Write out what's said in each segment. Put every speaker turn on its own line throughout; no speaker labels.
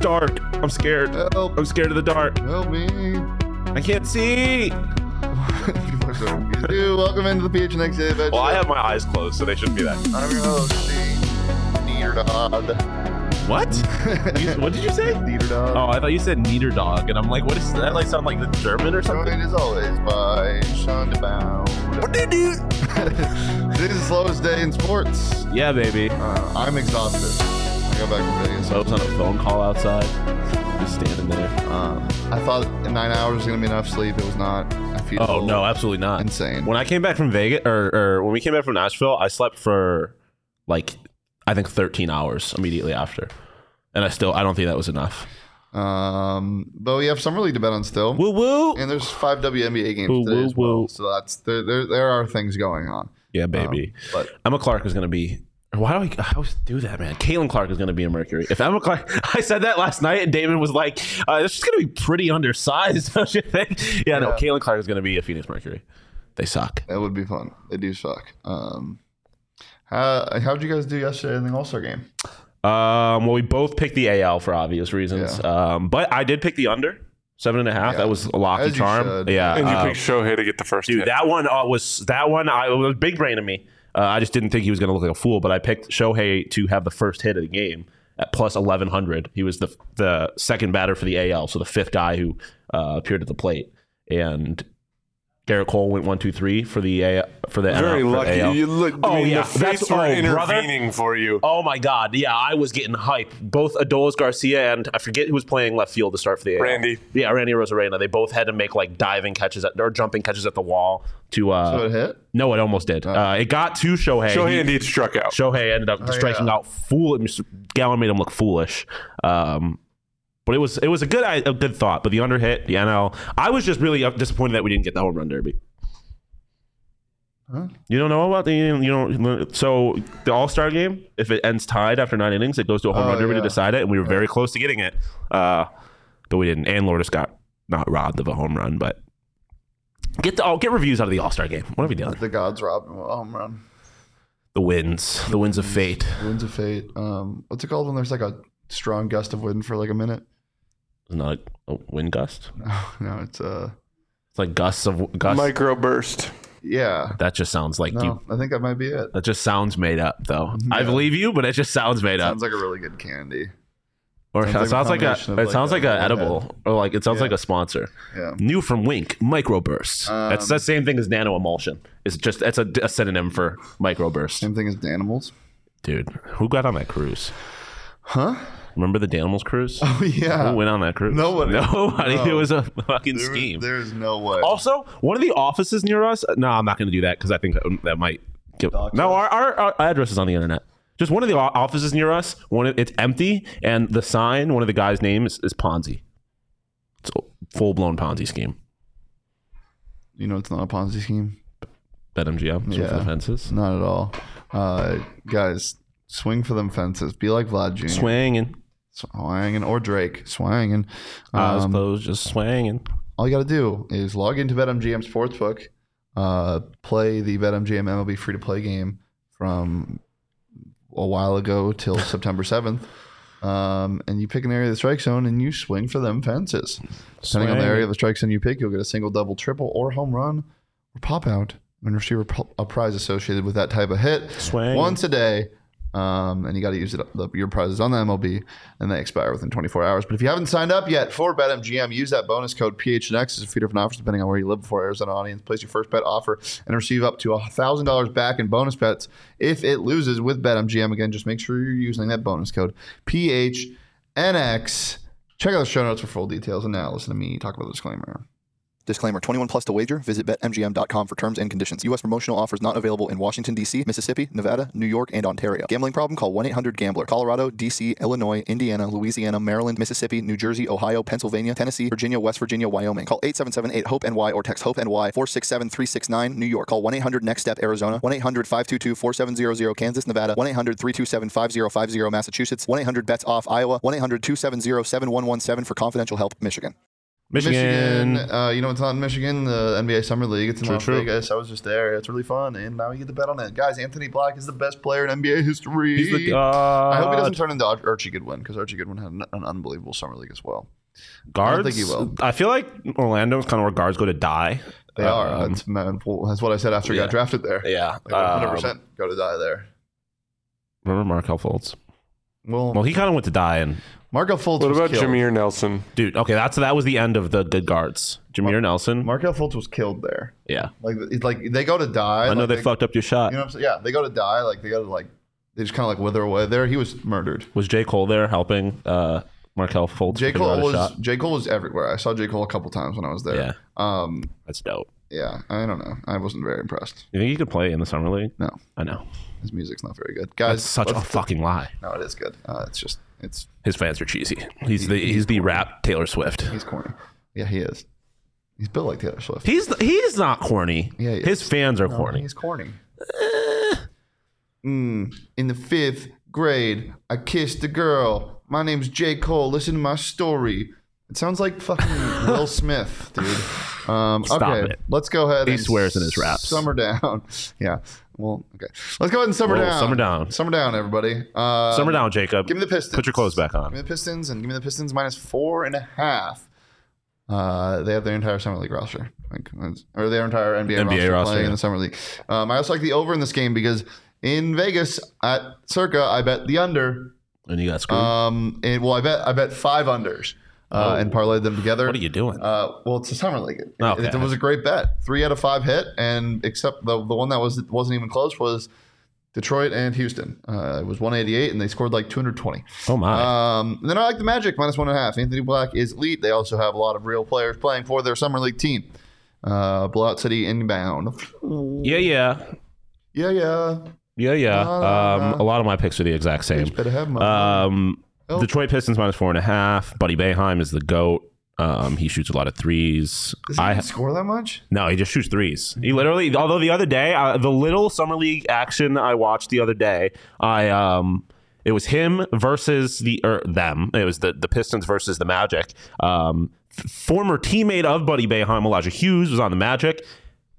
dark. I'm scared.
Help!
I'm scared of the dark.
Help me!
I can't see.
you welcome into the PHNX adventure.
Well, I have my eyes closed, so they shouldn't be that.
I'm your host, the Neerdod.
What? You- what did you say?
Neerdod.
Oh, I thought you said neater dog, and I'm like, what is that? Like, sound like the German or something?
Joined as always by Sean DeBound.
What did you?
Today's the slowest day in sports.
Yeah, baby.
Uh, I'm exhausted. I got back from Vegas.
So I was on a phone call outside, just standing there.
Um, I thought nine hours was gonna be enough sleep. It was not. I feel
Oh no, absolutely not.
insane.
When I came back from Vegas, or, or when we came back from Nashville, I slept for like I think 13 hours immediately after, and I still I don't think that was enough.
Um, but we have summer league to bet on still,
Woo woo.
and there's five WNBA games
Woo,
today
woo,
as well.
woo.
So that's there. There, there are things going on.
Yeah, baby.
But
Emma Clark is gonna be. Why do I, I always do that, man? Caitlin Clark is going to be in Mercury. If Emma Clark, I said that last night, and Damon was like, uh, "She's going to be pretty undersized." Don't you think? Yeah, no.
Yeah.
Caitlin Clark is going to be a Phoenix Mercury. They suck.
that would be fun. They do suck. Um, how how'd you guys do yesterday in the All Star game?
Um, well, we both picked the AL for obvious reasons. Um, but I did pick the under seven and a half.
Yeah.
That was a locky
As you
charm.
should.
Yeah,
And you
uh,
pick Shohei to get the first
dude,
hit.
that one uh, was that one. I it was big brain of me. Uh, I just didn't think he was going to look like a fool. But I picked Shohei to have the first hit of the game at plus eleven hundred. He was the the second batter for the AL, so the fifth guy who uh, appeared at the plate. And Garrett Cole went one two three for the A for the NL for
Very
the
lucky.
AL.
You look.
Oh,
I mean,
yeah.
The
That's-
fates were
oh, brother.
intervening for you.
Oh my God! Yeah, I was getting hype. Both Adolis Garcia and I forget who was playing left field to start for the AL.
Randy.
Yeah, Randy Rosarena. They both had to make like diving catches at, or jumping catches at the wall to. Uh,
So it hit.
no, it almost did. Uh, it got to Shohei.
Shohei
He-
indeed struck out.
Shohei ended up
Oh,
striking
yeah.
out. Fool. Gallon made him look foolish. Um, but it was it was a good i- a good thought. But the under hit the NL. I was just really uh, disappointed that we didn't get the home run derby.
Huh?
You don't know about the you don't so the All Star game. If it ends tied after nine innings, it goes to a home
Oh,
run derby to
yeah.
decide it, and we were very close to getting it, uh, but we didn't. And Lourdes got not robbed of a home run, but get the, oh, get reviews out of the All Star game. What are we doing?
The gods oh, robbed him of a home run.
The winds, the winds of fate.
Winds of fate. Um, what's it called when there's like a strong gust of wind for like a minute?
Not a wind gust.
No, no, it's uh,
It's like gusts of gusts.
Microburst.
yeah.
that just sounds like
No,
you.
I think that might be it.
That just sounds made up, though. I
Yeah.
believe you, but it just sounds made up.
Sounds like a really good candy.
Or it
Sounds like a
sounds like a.
combination of
It
like
sounds
a-
like a
yeah.
edible, or like it sounds
Yeah.
like a sponsor.
Yeah.
New from Wink, microburst. that's
Um,
the same thing as nano emulsion. It's just that's a, a synonym for microburst.
Same thing as the animals.
Dude, who got on that cruise?
Huh?
Remember the Danimals cruise?
Oh yeah.
who went on that cruise?
Nobody.
Nobody. It
No.
was a fucking
There-
scheme.
There's no way.
Also, one of the offices near us. No, I'm not going to do that because I think that, that might. Get,
Dox
no, our, our, our address is on the internet. Just one of the o- offices near us. One, of- it's empty, and the sign. One of the guy's name is, is Ponzi. It's a full blown Ponzi scheme.
You know, it's not a Ponzi scheme.
BetMGM. Yeah. For
Yeah.
the fences.
Not at all. Uh, guys, swing for them fences. Be like Vlad Jr.
Swinging.
Swanging or Drake. Swanging.
Eyes
Um,
closed, just swinging.
all you got to do is log into BetMGM Sportsbook, uh, play the BetMGM MLB free to play game from a while ago till September 7th. Um, and you pick an area of the strike zone and you swing for them fences. Depending on the area of the strike zone you pick, you'll get a single, double, triple, or home run or pop out and receive a pri- a prize associated with that type of hit
Swing.
once a day. Um, and you got to use it the, your prizes on the MLB, and they expire within 24 hours. But if you haven't signed up yet for BetMGM, use that bonus code PHNX as a few different offers depending on where you live before Arizona audience. Place your first bet offer and receive up to thousand dollars back in bonus bets if it loses with BetMGM. Again, just make sure you're using that bonus code PHNX. Check out the show notes for full details. And now listen to me talk about the disclaimer.
Disclaimer 21 plus to wager. Visit betmgm.com for terms and conditions. U.S. promotional offers not available in Washington, D.C., Mississippi, Nevada, New York, and Ontario. Gambling problem? Call 1 800 Gambler. Colorado, D.C., Illinois, Indiana, Louisiana, Maryland, Mississippi, New Jersey, Ohio, Pennsylvania, Tennessee, Virginia, West Virginia, Wyoming. Call 877 8 HOPE NY E or text HOPE NY 467 369 New York. Call 1 800 NEXT STEP Arizona, 1 800 522 4700 Kansas, Nevada, 1 800 327 5050 Massachusetts, 1 800 BETS OFF Iowa, 1 800 270 7117 for confidential help, Michigan.
Michigan.
uh, you know, it's not in Michigan, the NBA Summer League. It's in
True,
Las
true.
Vegas. I was just there. It's really fun. And now you get to bet on it. Guys, Anthony Black is the best player in NBA history.
He's the
I hope he
god.
doesn't turn into Ar- Archie Goodwin because Archie Goodwin had an, an unbelievable Summer League as well.
guards.
don't think he will.
I feel like Orlando is kind of where guards go to die.
They are.
Um,
That's, man, well, that's what I said after he
yeah.
got drafted there.
yeah.
They 100%
Um,
go to die there.
remember Markel Fultz?
Well,
Well, he kind of went to die, and
Marco Fultz
What
was
about
killed.
Jameer Nelson?
dude, okay, that's that was the end of the good guards. Jameer Nelson.
Markel Fultz was killed there.
yeah,
Like, it's like they go to die.
I know
like,
they, fucked up your shot.
You know what I'm saying? Yeah, they go to die. Like they go to like they just kind of like wither away. There, he was murdered.
was J Cole there helping uh, Markel Fultz?
J
figure out
Cole
his
was
shot?
J Cole was everywhere. I saw J Cole a couple times when I was there.
Yeah.
Um.
That's dope.
Yeah. I don't know. I wasn't very impressed.
You think he could play in the summer league?
No,
I know.
his music's not very good, guys.
That's such a
let's-
fucking lie.
no, it is good. Uh, it's just it's
His fans are cheesy. He's the he's the rap Taylor Swift.
he's corny. Yeah, he is. He's built like Taylor Swift.
He's the, he's not corny.
Yeah, he
his
is.
fans are
No,
Oh, corny.
He's corny. Eh. Mm, in the fifth grade, I kissed a girl. My name's J. Cole. Listen to my story. It sounds like fucking Will Smith, dude. Um,
Stop
okay,
it.
let's go ahead.
He
and
swears in his raps.
Summer down. yeah. Well, okay. Let's go ahead and summer
Whoa,
down.
summer down.
Summer down, everybody. Uh,
Summer down, Jacob.
Give me the Pistons.
Put your clothes back
Give me
on.
the Pistons and give me the Pistons minus four and a half. Uh, they have their entire summer league roster, like, or their entire NBA,
NBA
roster,
roster,
playing
yeah.
in the summer league. Um, I also like the over in this game because in Vegas at Circa, I bet the under.
And you got screwed.
Um, and well, I bet I bet five unders uh, and parlayed them together.
Oh. what are you doing? Oh,
Uh, well, it's a summer league. It-
Okay.
It, was a great bet. Three out of five hit, and except the the one that was wasn't even close was Detroit and Houston. Uh, it was 188, and they scored like 220.
oh my.
Um, then I like the Magic minus one and a half. Anthony Black is elite. They also have a lot of real players playing for their summer league team. Uh, Blowout City inbound.
yeah, yeah,
Yeah, yeah.
yeah, yeah.
Uh,
um, a lot of my picks are the exact same.
Better have my.
Um,
Oh.
Detroit Pistons minus four and a half. Buddy Bayheim is the goat. Um, he shoots a lot of threes.
Does he
I
even score that much?
No, he just shoots threes. He literally. Although the other day, uh, the little summer league action I watched the other day, I um, it was him versus the or them. It was the the Pistons versus the Magic. Um, f- former teammate of Buddy Bayheim, Elijah Hughes, was on the Magic.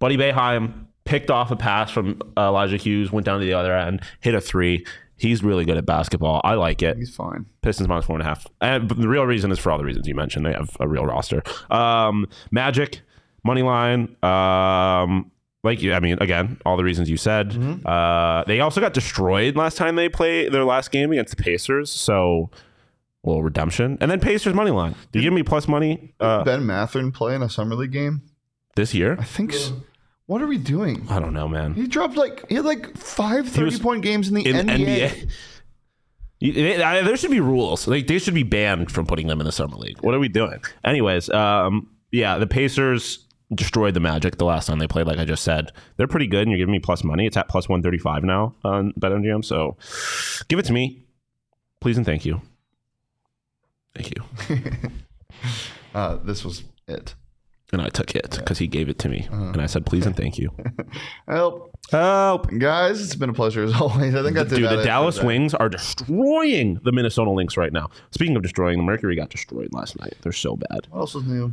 Buddy Bayheim picked off a pass from uh, Elijah Hughes, went down to the other end, hit a three. He's really good at basketball. I like it.
He's fine.
Pistons minus four and a half. And but the real reason is for all the reasons you mentioned. They have a real roster. Um, Magic, money line. Um, like you, I mean, again, all the reasons you said. Uh, they also got destroyed last time they played their last game against the Pacers. So, a little redemption. And then Pacers money line. Do you give me plus money uh,
ben Matherin playing a summer league game?
this year?
I think. s What are we doing?
I don't know, man.
He dropped like he had like five 30 point games in the
In
NBA.
NBA. You- they- I- There should be rules. Like they should be banned from putting them in the summer league. What are we doing? Anyways, um, yeah, the Pacers destroyed the Magic the last time they played. Like I just said, they're pretty good, and you're giving me plus money. It's at plus one thirty five now on BetMGM. So give it to me, please and thank you. Thank you.
Uh, this was it.
And I took it because he gave it to me, and I said please and thank you. Oh,
Well,
Help.
guys, it's been a pleasure as always. I think I did
Dude,
that
the
it.
Dallas Wings are destroying the Minnesota Lynx right now. Speaking of destroying, the Mercury got destroyed last night. They're so bad.
What else was new?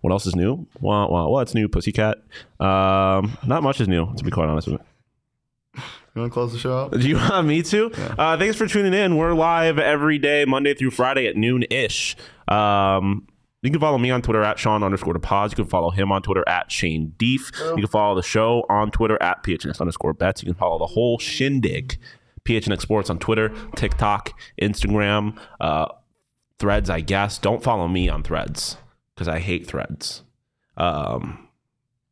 What else is new? Wah, wah, wah. It's new, Pussycat. Um, not much is new, to be quite honest with you.
You want to close the show out?
Do you want me to? Uh, thanks for tuning in. We're live every day, Monday through Friday at noon ish. Um, you can follow me on Twitter at Sean underscore DePaz. You can follow him on Twitter at Shane Deef. You can follow the show on Twitter at PHNX underscore bets. You can follow the whole shindig, PHNX Sports on Twitter, TikTok, Instagram, uh, Threads, I guess. Don't follow me on Threads because I hate Threads. Um,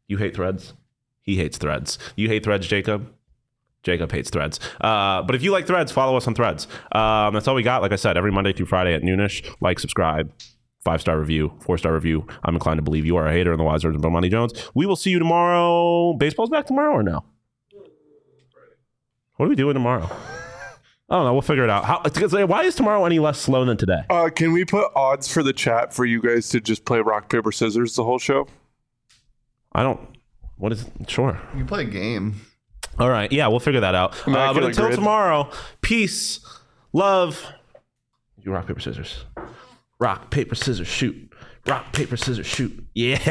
you hate Threads? He hates Threads. You hate Threads, Jacob? Jacob hates threads. Uh, but if you like threads, follow us on threads. Um, that's all we got. Like I said, every Monday through Friday at noonish. Like, subscribe, five star review, four star review. I'm inclined to believe you are a hater in the wise words of Bill Monty Jones. We will see you tomorrow. Baseball's back tomorrow or no? What are we doing tomorrow? I don't know. We'll figure it out. How, it's- it's- why is tomorrow any less slow than today?
Uh, can we put odds for the chat for you guys to just play rock paper scissors the whole show?
I don't. What is sure?
You play a game.
All right, yeah, we'll figure that out. Uh, but
Immaculate
until
grid.
tomorrow, peace, love. You rock paper scissors. Rock, paper, scissors, shoot. Rock, paper, scissors, shoot. Yeah.